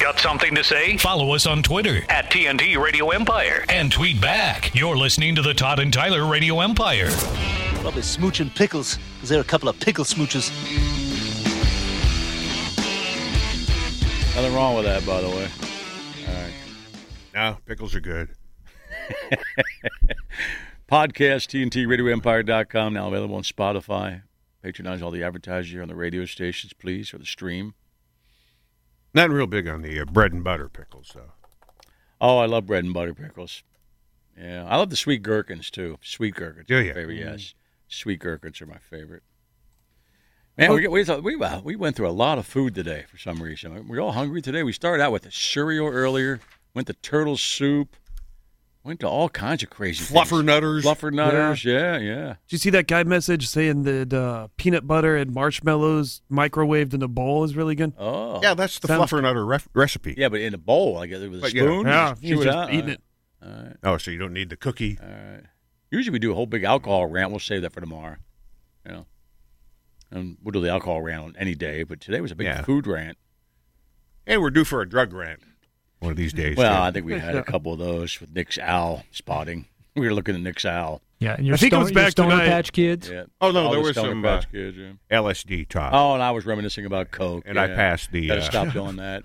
Got something to say? Follow us on Twitter At TNT Radio Empire. and tweet back. You're listening to the Todd and Tyler Radio Empire. Probably smooching pickles, 'cause they're a couple of pickle smooches. Nothing wrong with that, by the way. No, pickles are good. Podcast, TNT, RadioEmpire.com, now available on Spotify. Patronize all the advertisers here on the radio stations, please, or the stream. Not real big on the uh, bread and butter pickles, though. Oh, I love bread and butter pickles. Yeah, I love the sweet gherkins, too. Sweet gherkins Do are ya? Mm-hmm. my favorite, yes. Sweet gherkins are my favorite. Man, Oh. we, we, thought, we, wow, we went through a lot of food today for some reason. We're all hungry today. We started out with a cereal earlier, went to turtle soup, went to all kinds of crazy Fluffer things. nutters. Fluffer nutters, yeah, yeah. Did you see that guy message saying that uh, peanut butter and marshmallows microwaved in a bowl is really good? Oh. Yeah, that's the Sounds- fluffer nutter ref- recipe. Yeah, but in a bowl, I guess, with a But, yeah. spoon. Yeah, Just he's chew it just out. eating it. All right. Oh, so you don't need the cookie. All right. Usually we do a whole big alcohol rant. We'll save that for tomorrow. You know, and we'll do the alcohol rant on any day. But today was a big Yeah. food rant. Hey, we're due for a drug rant one of these days. Well, too. I think we had a couple of those with Nick's owl spotting. We were looking at Nick's owl. Yeah, and your I think it Star- was your back Star tonight. Patch Kids. Yeah. Oh, no, All there the was Sour some, Patch uh, Kids, yeah. LSD talk. Oh, and I was reminiscing about Coke. and I yeah. passed the. Gotta Uh, stop doing that.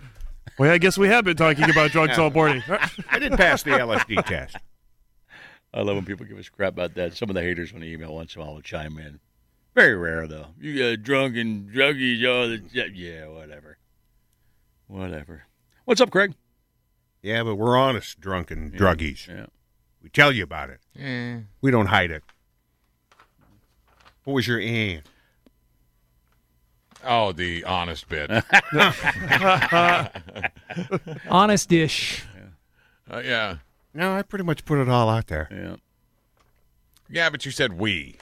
Well, I guess we have been talking about drugs all morning. I did pass the LSD test. I love when people give us crap about that. Some of the haters when they email once in a while will chime in. Very rare though. You got drunk and druggies all the yeah, yeah, whatever. Whatever. What's up, Craig? Yeah, but we're honest, drunken druggies. Yeah. We tell you about it. We don't hide it. What was your eh? Oh, the honest bit. Uh, Honest dish. Uh, yeah. No, I pretty much put it all out there. Yeah. Yeah, but you said we.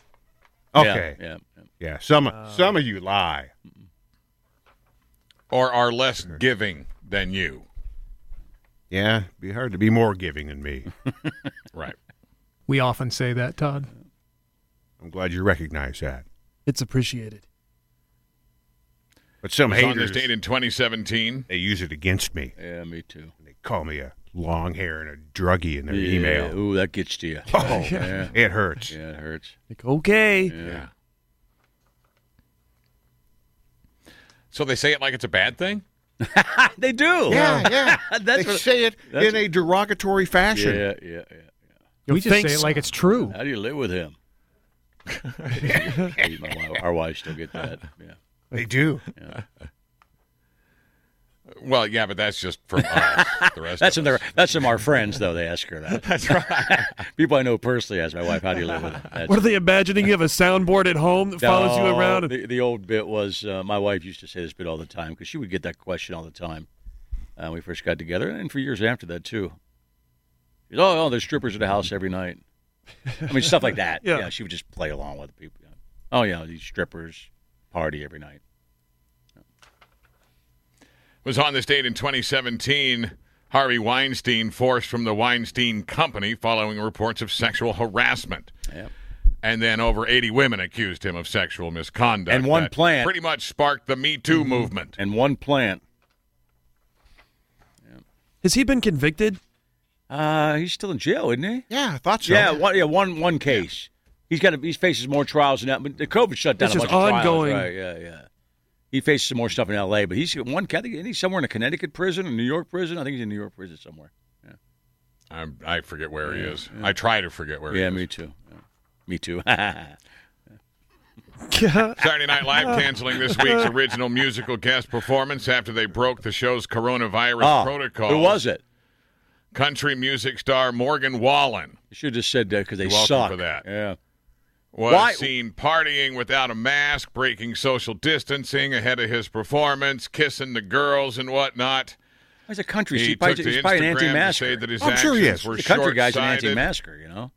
Okay. Yeah, Yeah. yeah. some some of you lie. Or are less giving than you. Yeah, be hard to be more giving than me. Right. We often say that, Todd. I'm glad you recognize that. it's appreciated. But some It was on this haters date in 2017. they use it against me. Yeah, me too. They call me a long hair and a druggie in their yeah. email. Ooh, that gets to you. Oh, yeah. it hurts. Yeah, it hurts. Like, okay. Yeah. Yeah. So they say it like it's a bad thing? They do. Yeah, yeah. That's they what- say it that's- in a derogatory fashion. Yeah, yeah, yeah. Yo, we just thanks- say it like it's true. How do you live with him? My wife- Our wives still get that. Yeah. They do. Well, yeah, but that's just from us. the rest That's of from us. their, that's from our friends though. They ask her that. That's right. People I know personally ask my wife, "How do you live with it?" That's- What are they imagining? You have a soundboard at home that follows you No, around. The, the old bit was uh, my wife used to say this bit all the time because she would get that question all the time uh, when we first got together, and for years after that too. She'd, oh, oh, there's strippers at the house every night. I mean, stuff like that. Yeah. she would just play along with people. yeah. Oh yeah, these strippers party every night. was on this date in 2017. Harvey Weinstein forced from the Weinstein Company following reports of sexual harassment. Yep. And then over 80 women accused him of sexual misconduct. And one That plant. Mm-hmm. Pretty much sparked the Me Too movement. And one plant. Has he been convicted? Uh, he's still in jail, isn't he? Yeah, I thought so. Yeah, one, yeah, one, one case. He's got. A, he faces more trials than that. But the COVID shut down. It's a just bunch of trials, ongoing. right, yeah, yeah. He faces some more stuff in L.A. But he's got one. I think isn't he somewhere in a Connecticut prison, a New York prison. I think he's in New York prison somewhere. I'm, I forget where he is. I try to forget where yeah, he me is. too. Yeah. Me too. yeah, Saturday Night Live canceling this week's original musical guest performance after they broke the show's coronavirus protocol. Ah, Oh, Who was it? Country music star Morgan Wallen. You should have just said that because they You're welcome suck. for that. Yeah. was Why- seen partying without a mask, breaking social distancing ahead of his performance, kissing the girls and whatnot. He's a country. he he's took probably, to he's Instagram probably an to say anti-masker. that his I'm actions sure he is. were the country guy's an short-sighted. anti-masker. You know,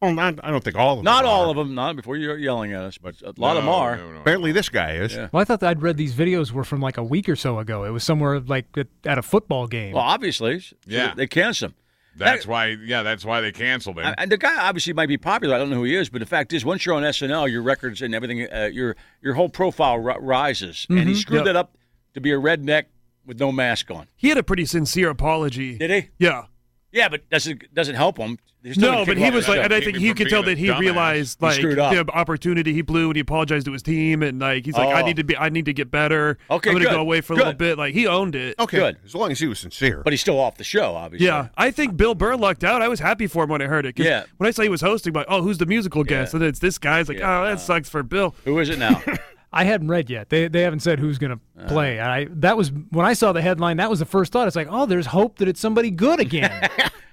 Well, not, I don't think all of them. not are. all of them. Not before you're yelling at us, but a lot of them No, are. no, no. Apparently, this guy is. Yeah. Well, I thought that I'd read these videos were from like a week or so ago. It was somewhere like at, at a football game. Well, obviously, so Yeah. they cancel him. That's why, yeah, that's why they canceled him. I- And the guy obviously might be popular. I don't know who he is, but the fact is, once you're on SNL, your records and everything, uh, your your whole profile ri rises. And he screwed Yep. that up to be a redneck with no mask on. He had a pretty sincere apology. Did he? Yeah. Yeah, but doesn't doesn't help him. They're still No, gonna but kick him he off was the like, show. and I Keep think him he from could being tell a that he dumbass. realized He like screwed up. the opportunity he blew, and he apologized to his team, and like he's like, I Oh. need to be, I need to get better. Okay, I'm gonna good, go away for a good. little bit. Like he owned it. Okay, Good. as long as he was sincere. but he's still off the show, obviously. Yeah, I think Bill Burr lucked out. I was happy for him when I heard it. 'cause Yeah. When I saw he was hosting, like, oh, who's the musical guest? And then it's this guy. It's like, Yeah. oh, that sucks for Bill. Who is it now? I hadn't read yet. They they haven't said who's going Uh-huh. to play. And I that was when I saw the headline. That was the first thought. It's like, oh, there's hope that it's somebody good again.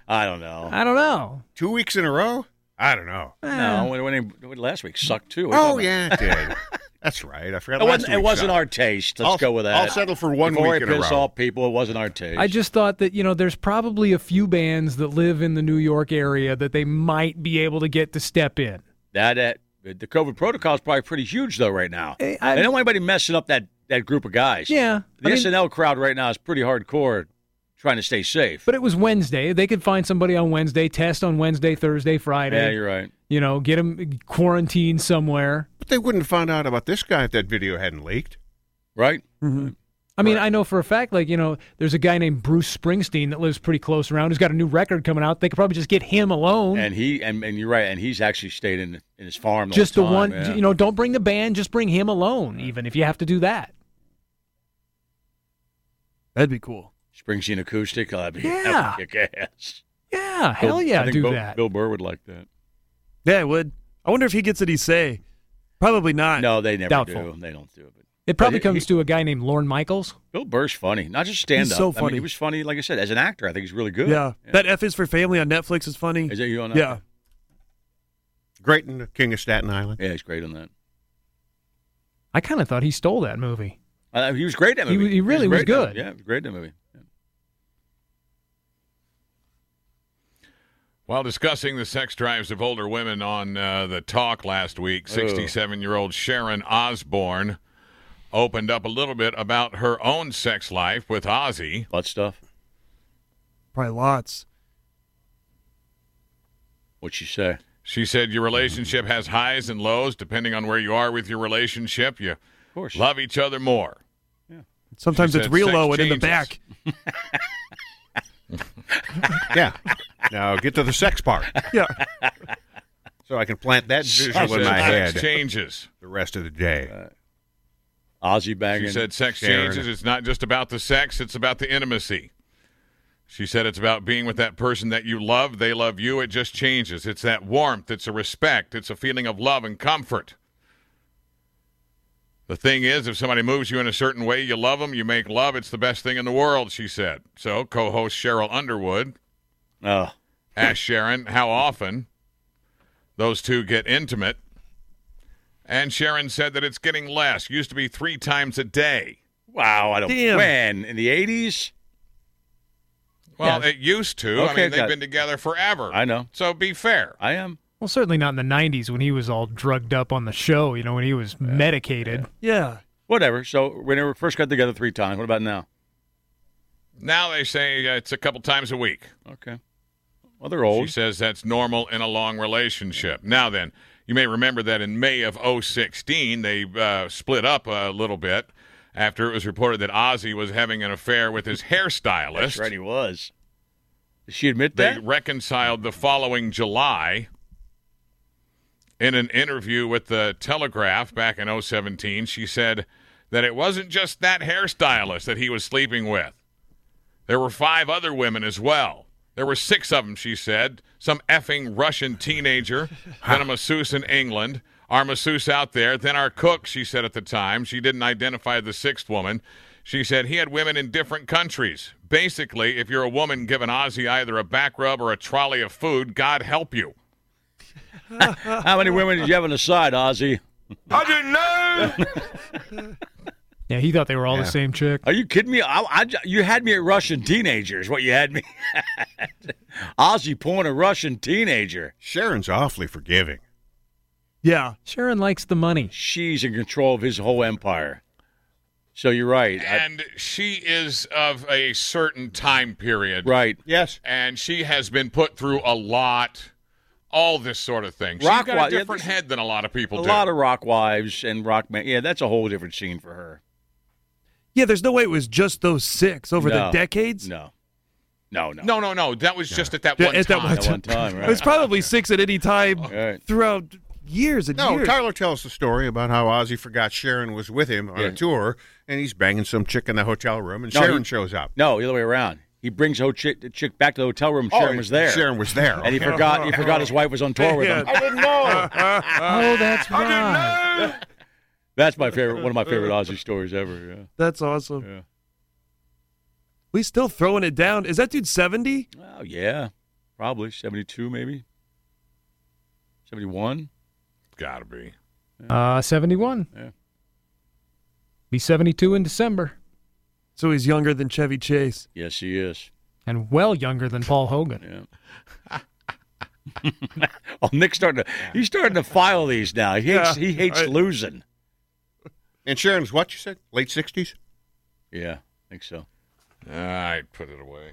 I don't know. I don't know. Two weeks in a row? I don't know. No, when, when, when last week sucked too. What are you Oh talking yeah, it did. That's right. I forgot. about? It last wasn't, it week's wasn't shot. our taste. Let's I'll- go with that. I'll settle for one Before week I in a piss row. off people, it wasn't our taste. I just thought that you know there's probably a few bands that live in the New York area that they might be able to get to step in. that, that the COVID protocol is probably pretty huge though right now. Eh, I- they don't want anybody messing up that that group of guys. Yeah, the I mean, SNL crowd right now is pretty hardcore, trying to stay safe. but it was Wednesday. They could find somebody on Wednesday, test on Wednesday, Thursday, yeah, Friday. you're right. you know, get them quarantined somewhere. But they wouldn't have found out about this guy if that video hadn't leaked. Right? Mm-hmm. I mean, I know for a fact, like, you know, there's a guy named Bruce Springsteen that lives pretty close around who's got a new record coming out. They could probably just get him alone. And he and, and you're right. And he's actually stayed in in his farm. just the whole time, one, yeah. you know, don't bring the band, just bring him alone, even if you have to do that. That'd be cool. Springsteen acoustic. I'd be Yeah. kick ass. Yeah, hell Bill- I yeah, think do Bill, that. Bill Burr would like that. Yeah, it would. I wonder if he gets it. He say, probably not. No, they never Doubtful. do. They don't do it. But it probably he- comes to a guy named Lorne Michaels. Bill Burr's funny, not just stand up. so I mean, funny. he was funny, like I said, as an actor. I think he's really good. Yeah. that F is for Family on Netflix is funny. Is Oh, that you on that? yeah, Great and the King of Staten Island. Yeah, he's great on that. I kind of thought he stole that movie. Uh, he was great in that He movie. wa- he really was great in that- good. yeah, he was great in that movie. Yeah. While discussing the sex drives of older women on uh, the talk last week, 67 year old Sharon Osbourne opened up a little bit about her own sex life with Ozzy. Butt stuff. probably lots. What'd she say? She said, Your relationship has highs and lows depending on where you are with your relationship. You Of course. love each other more. Sometimes She it's said real sex low and in the changes. back. Yeah. now get to the sex part, Yeah, so I can plant that She visual said, in my sex head changes. the rest of the day. Ozzy banging. She said sex Sharon. changes. It's not just about the sex, it's about the intimacy. She said it's about being with that person that you love. They love you. It just changes. It's that warmth, it's a respect, it's a feeling of love and comfort. The thing is, if somebody moves you in a certain way, you love them, you make love, it's the best thing in the world, she said. So, co host Cheryl Underwood oh, asked Sharon how often those two get intimate. And Sharon said that it's getting less. Used to be three times a day. wow. I don't. Damn. When in the eighties? Well, it used to. I Okay, mean, they've got- been together forever. I know. So be fair. I am. Well, certainly not in the 90s when he was all drugged up on the show, you know, when he was medicated. yeah. Whatever. So when we first got together three times. What about now? Now they say uh, it's a couple times a week. Okay. Well, they're She old. says that's normal in a long relationship. Now then, you may remember that in May of 016, they uh, split up a little bit after it was reported that Ozzy was having an affair with his hairstylist. That's right. He was. Did she admit They that? reconciled the following July. In an interview with the Telegraph back in 017, she said that it wasn't just that hairstylist that he was sleeping with. There were five other women as well. There were six of them, she said. Some effing Russian teenager, then a masseuse in England, our masseuse out there, then our cook, she said at the time. She didn't identify the sixth woman. She said he had women in different countries. Basically, if you're a woman giving Ozzy either a back rub or a trolley of food, God help you. How many women did you have on the side, Ozzy? Yeah, he thought they were all the same chick. Are you kidding me? I, I- you had me at Russian teenager is what you had me. at. Ozzy porn a Russian teenager. Sharon's awfully forgiving. Yeah, Sharon likes the money. She's in control of his whole empire. So you're right. I- And she is of a certain time period. right. Yes. and she has been put through a lot, all this sort of thing. She's Rock got wa- a yeah, different this- head than a lot of people A do. lot of rock wives and rock men. Yeah, that's a whole different scene for her. Yeah, there's no way it was just those six over No. the decades. No. No, no. No, no, no. That was just at that Yeah, one at that time. At one time, right? It was probably six at any time Right. throughout years and No, years. Tyler tells the story about how Ozzy forgot Sharon was with him on Yeah. a tour, and he's banging some chick in the hotel room, and No, Sharon he- shows up. No, the other way around. He brings the, whole chick, the chick back to the hotel room. Sharon Oh, was there. Sharon was there. And he forgot he forgot his wife was on tour with him. Yeah. didn't know. Uh, oh, that's right. That's my favorite one of my favorite Ozzy stories ever. Yeah. That's awesome. Yeah. We still throwing it down. Is that dude seventy? Oh yeah. Probably seventy two maybe. Seventy one? Gotta be. Uh, 71. Yeah. Be 72 in December So he's younger than Chevy Chase. Yes, he is. and well younger than Paul Hogan. Yeah. oh, Nick's starting to he's starting to file these now. He hates Yeah. he hates Right. losing. And Sharon's what you said? Late sixties. Yeah, I think so. All right, Ah, put it away.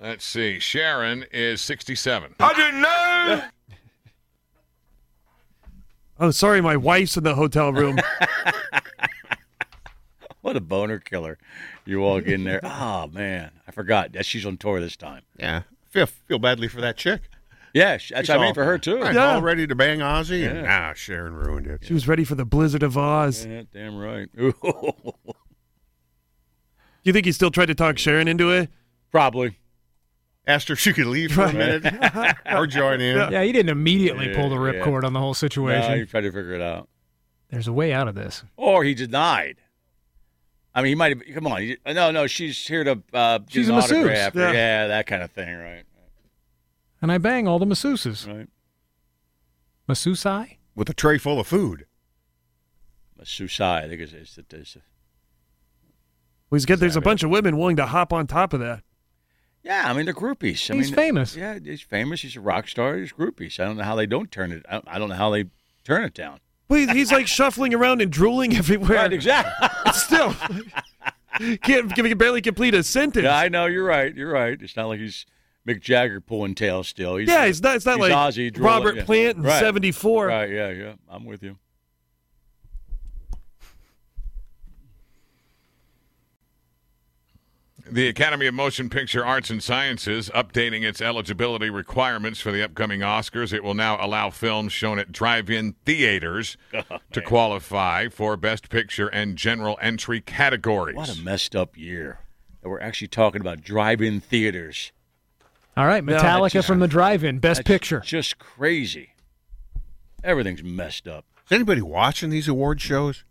Let's see. Sharon is 67. Oh, sorry, my wife's in the hotel room. What a boner killer. You walk in there. Oh man. I forgot. Yeah, she's on tour this time. Yeah. Feel feel badly for that chick. Yeah, sh- that's She's what I all- mean for her too. Right, Yeah. All ready to bang Ozzy, and ah, Sharon ruined it. she was ready for the Blizzard of Oz. Yeah, damn right. You think he still tried to talk Sharon into it? Probably. Asked her if she could leave for a minute or join in. Yeah, he didn't immediately pull the Yeah, yeah. ripcord on the whole situation. No, he tried to figure it out. There's a way out of this. Or he denied. I mean, he might have. Come on. he- no, no, she's here to uh, get She's an a masseuse, autograph. yeah. Yeah. that kind of thing, right? And I bang all the masseuses. Right. Masseusai? With a tray full of food. Masseuse, I think it's, it's, it's, Well, he's good. There's a bunch of women willing to hop on top of that. Yeah, I mean they're groupies. I He's mean, famous. Yeah, he's famous. He's a rock star. He's groupies. I don't know how they don't turn it. I don't, I don't know how they turn it down. Well, he's- he's like shuffling around and drooling everywhere. Right, exactly. Still, can't can barely complete a sentence. yeah, I know. You're right. You're right. It's not like he's Mick Jagger pulling tail still. He's, yeah, it's not. It's not he's like Ozzy drooling, Robert yeah. Plant in Right. '74. Right. Yeah. Yeah. I'm with you. The Academy of Motion Picture Arts and Sciences updating its eligibility requirements for the upcoming Oscars. It will now allow films shown at drive-in theaters Oh, to qualify for Best Picture and General Entry categories. What a messed up year that we're actually talking about drive-in theaters. All right, that's Metallica just- from the drive-in, best That's picture. Just crazy. Everything's messed up. Is anybody watching these award shows?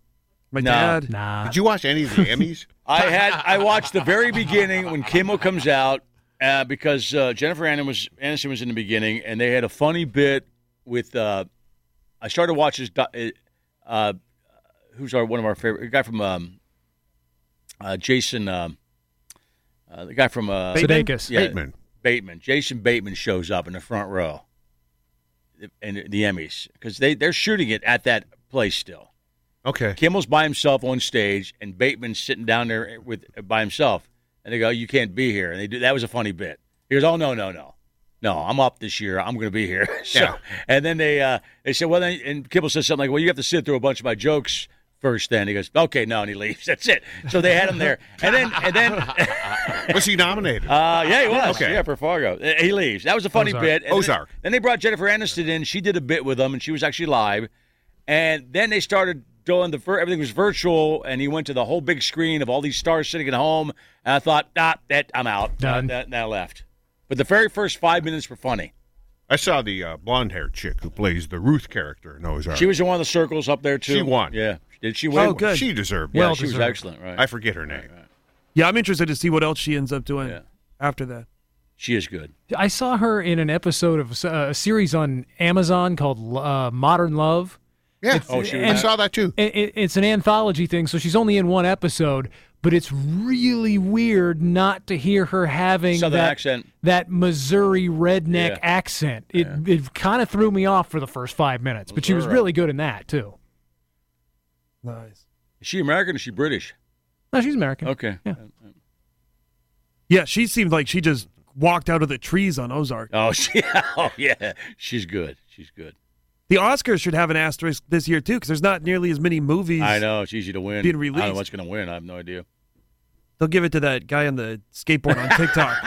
My No. dad. Nah. Did you watch any of the Emmys? I had I watched the very beginning when Kimmel comes out uh, because uh, Jennifer Aniston was Aniston was in the beginning, and they had a funny bit with. Uh, I started watching this. do- Uh, uh, who's our one of our favorite a guy from um, uh, Jason, um, uh, the guy from uh, Sudeikis. Yeah. Bateman. Bateman. Jason Bateman shows up in the front row, in the Emmys because they they're shooting it at that place still. Okay. Kimmel's by himself on stage, and Bateman's sitting down there with by himself. And they go, "You can't be here." And they do. That was a funny bit. He goes, "Oh no, no, no, no! I'm up this year. I'm going to be here." so, Yeah. And then they uh, they said, "Well," then, and Kimmel says something like, "Well, you have to sit through a bunch of my jokes." First, then he goes, okay, no, and he leaves. That's it. So they had him there, and then, and then, Was he nominated? uh, yeah, he was. Okay. Yeah, for Fargo. Uh, He leaves. That was a funny Ozark. bit. And then- Ozark. Then, they brought Jennifer Aniston in. She did a bit with them, and she was actually live. And then they started doing the vir- everything was virtual, and he went to the whole big screen of all these stars sitting at home. And I thought, ah, that I'm out. Done. That, that, I left. But the very first five minutes were funny. I saw the uh, blonde-haired chick who plays the Ruth character in Ozark. She was in one of the circles up there too. She won. Yeah. Did she win? Oh, good. She deserved. Yeah, it. Well she was deserved. excellent. Right. I forget her name. Yeah, I'm interested to see what else she ends up doing Yeah. after that. she is good. I saw her in an episode of uh, a series on Amazon called uh, Modern Love. Yeah. Oh, she was- I saw that too. It, it, it's an anthology thing, so she's only in one episode, but it's really weird not to hear her having Southern that, accent. that Missouri redneck Yeah. accent. It, it kind of threw me off for the first five minutes, but she was Missouri. really good in that, too. Nice. Is she American? Or is she British? No, she's American. Okay. Yeah. Yeah, she seemed like she just walked out of the trees on Ozark. Oh, she. Oh, yeah. She's good. She's good. The Oscars should have an asterisk this year too, because there's not nearly as many movies. I know it's easy to win. I Being don't released. know what's going to win. I have no idea. They'll give it to that guy on the skateboard on TikTok.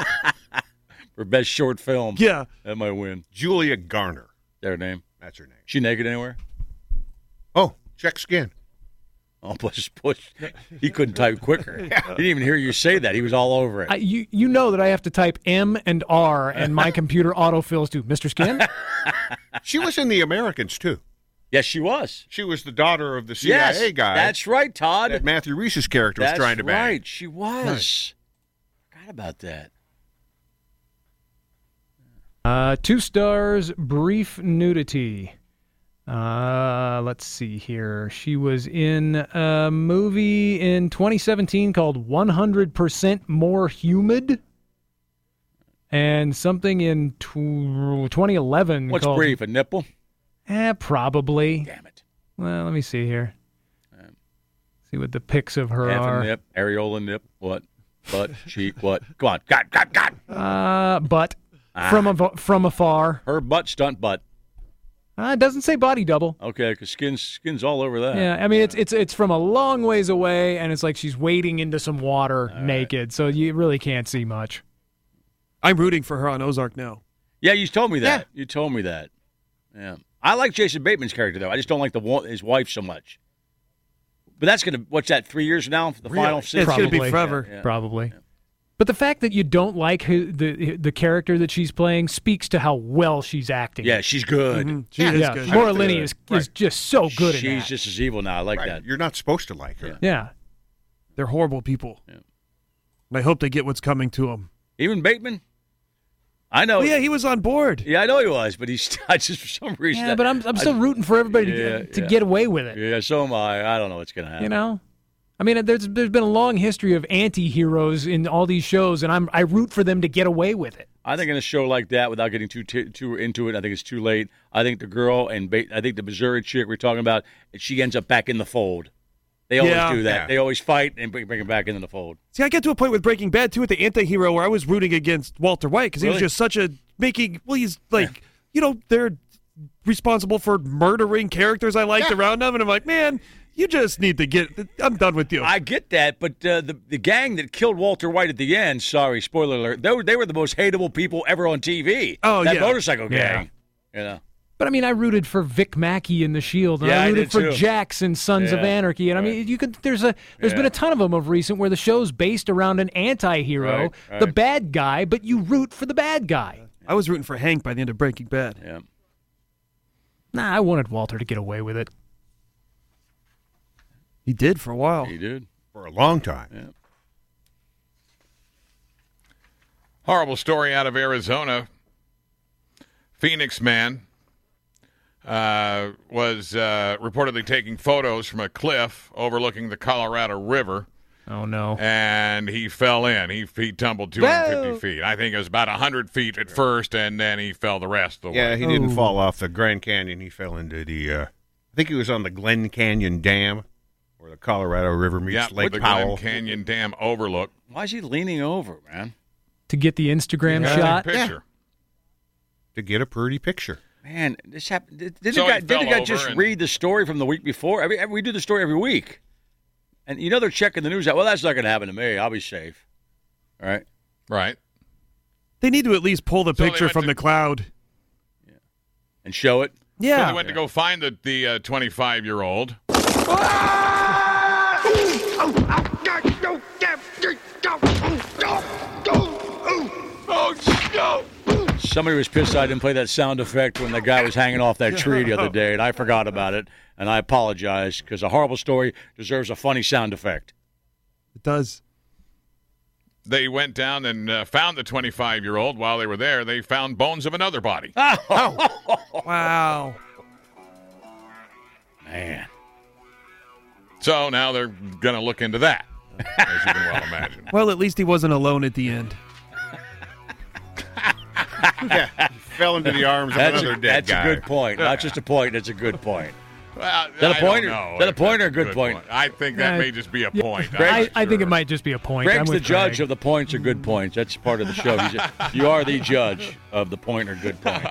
For best short film, yeah, that might win. Julia Garner. Their name. That's her name. She naked anywhere? Oh, check skin. Oh, push, push. He couldn't type quicker. He didn't even hear you say that. He was all over it. I, you you know that I have to type M and R, and my computer autofills to Mr. Skin. She was in The Americans too. yes, she was. She was the daughter of the CIA Yes, guy That's right, Todd. that Matthew Reese's character That's was trying to bang. right. She was. Forgot about that. Uh, two stars, brief nudity. Uh, let's see here. She was in a movie in 2017 called 100% More Humid, and something in tw- 2011 What's called. brief? A nipple? Eh, probably. Damn it. Well, let me see here. See what the pics of her Um, Half are. a nip, areola nip. What? Butt, cheek, what? Go on. God, God, God. Uh, but Ah. from a, from afar. Her butt, stunt butt. Uh, it doesn't say body double. Okay, because skin's, skin's all over that. Yeah, I mean it's it's it's from a long ways away, and it's like she's wading into some water naked, so you really can't see much. I'm rooting for her on Ozark now. Yeah, you told me that. You told me that. Yeah, I like Jason Bateman's character though. I just don't like the wa- his wife so much. But that's gonna what's that? Three years now, the final season. Yeah, it's going to Probably. be forever. Yeah. Probably. But the fact that you don't like who, the the character that she's playing speaks to how well she's acting. Yeah, she's good. Mhm. She is yeah. good. Laura Linney is, is Right. just Mm-hmm. so good. in She's that. just as evil now. I like Right. that. You're not supposed to like her. yeah. They're horrible people. Yeah. And I hope they get what's coming to them. Even Bateman. I know. Oh, yeah, he was on board. Yeah, I know he was, but he's I just for some reason. Yeah, but I'm I'm still I- rooting for everybody to, Yeah, get to yeah. get away with it. Yeah, so am I. I don't know what's gonna happen. You know, I mean, there's there's been a long history of anti-heroes in all these shows, and I'm I root for them to get away with it. I think in a show like that, without getting too t- too into it, I think it's too late. I think the girl and ba- I think the Missouri chick we're talking about, she ends up back in the fold. They always Yeah. do that. Yeah. They always fight and bring, bring her back into the fold. See, I got to a point with Breaking Bad too with the anti-hero where I was rooting against Walter White because he Really? was just such a making. Well, he's like, you know, they're responsible for murdering characters I liked around them, and I'm like, man, you just need to get. I'm done with you. I get that, but uh, the the gang that killed Walter White at the end. Sorry, spoiler alert. They were, they were the most hateable people ever on TV. Oh, that yeah. motorcycle gang. You know, But I mean, I rooted for Vic Mackey in The Shield, and Yeah, I I did rooted too. for Jax in Sons of Yeah, Anarchy, and I mean, you could there's a there's been Yeah. a ton of them of recent where the show's based around an anti-hero, Right, right. the bad guy, but you root for the bad guy. I was rooting for Hank by the end of Breaking Bad. yeah. Nah, I wanted Walter to get away with it. He did for a while. He did. for a long time. Horrible story out of Arizona. Phoenix man uh, was uh, reportedly taking photos from a cliff overlooking the Colorado River, Oh no. and he fell in. He, he tumbled 250 feet. I think it was about 100 feet at first, and then he fell the rest of the way. Yeah, he didn't fall off the Grand Canyon. He fell into the. Uh, I think he was on the Glen Canyon Dam, or the Colorado River meets Yeah, Lake the Powell. Glen Canyon Dam overlook. Why is he leaning over, man? To get the Instagram Interesting shot. Picture. to get a pretty picture. Man, this happened. Did, did So the guy, he did the fell guy over just and- read the story from the week before? Every, every- we do the story every week, and you know they're checking the news out. Well, that's not going to happen to me. I'll be safe. All right. Right. They need to at least pull the So they picture went from to- the cloud. and show it. So Yeah, they went to go find the the uh, 25 year old. Somebody was pissed I didn't play that sound effect when the guy was hanging off that tree the other day, and I forgot about it, and I apologize because a horrible story deserves a funny sound effect. it does. They went down and uh, found the 25 year old. While they were there, they found bones of another body. Ah! Wow. Man, So now they're going to look into that, as you can well imagine. Well, at least he wasn't alone at the end. Fell into the arms of that's, another a, dead that's a guy. good point. Not just a point, it's a good point. Well, that a I point don't or- know. is that a if point that's or a good point? I think that Uh, may just be a yeah, point. I, I'm not I think it sure. might just be a point. I'm Greg's the with judge Greg. of the points or good points. That's part of the show. He's a- you are the judge of the point or good point.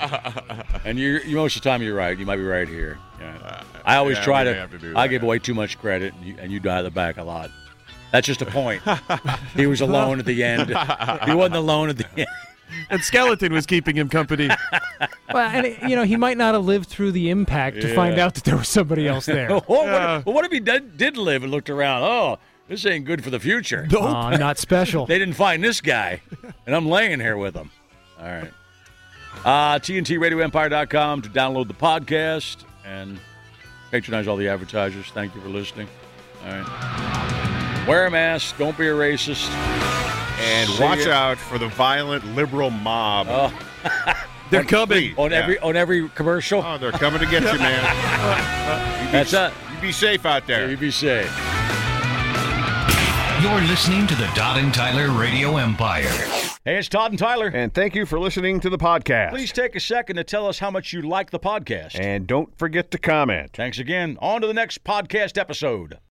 And you, you most of the time you're right. You might be right here. Yeah. I always yeah, try we to. may have to do I that, give yeah. away too much credit, and you, and you die the back a lot. That's just a point. he was alone at the end. He wasn't alone at the end. And Skeleton was keeping him company. Well, and it- you know, he might not have lived through the impact to find out that there was somebody else there. Well, oh, what, Yeah. if, well, what if he did, did live and looked around? Oh, this ain't good for the future. I'm Um, not special. They didn't find this guy, and I'm laying here with him. All right. Uh, TNTRadioEmpire.com to download the podcast and patronize all the advertisers. Thank you for listening. All right. Wear a mask. Don't be a racist. And See watch ya. out for the violent liberal mob. They're coming. Please. Oh. on Yeah. every on every commercial. Oh, they're coming to get you, man. That's it. You be safe out there. You be safe. You're listening to the Todd and Tyler Radio Empire. Hey, it's Todd and Tyler. And thank you for listening to the podcast. Please take a second to tell us how much you like the podcast. And don't forget to comment. Thanks again. On to the next podcast episode.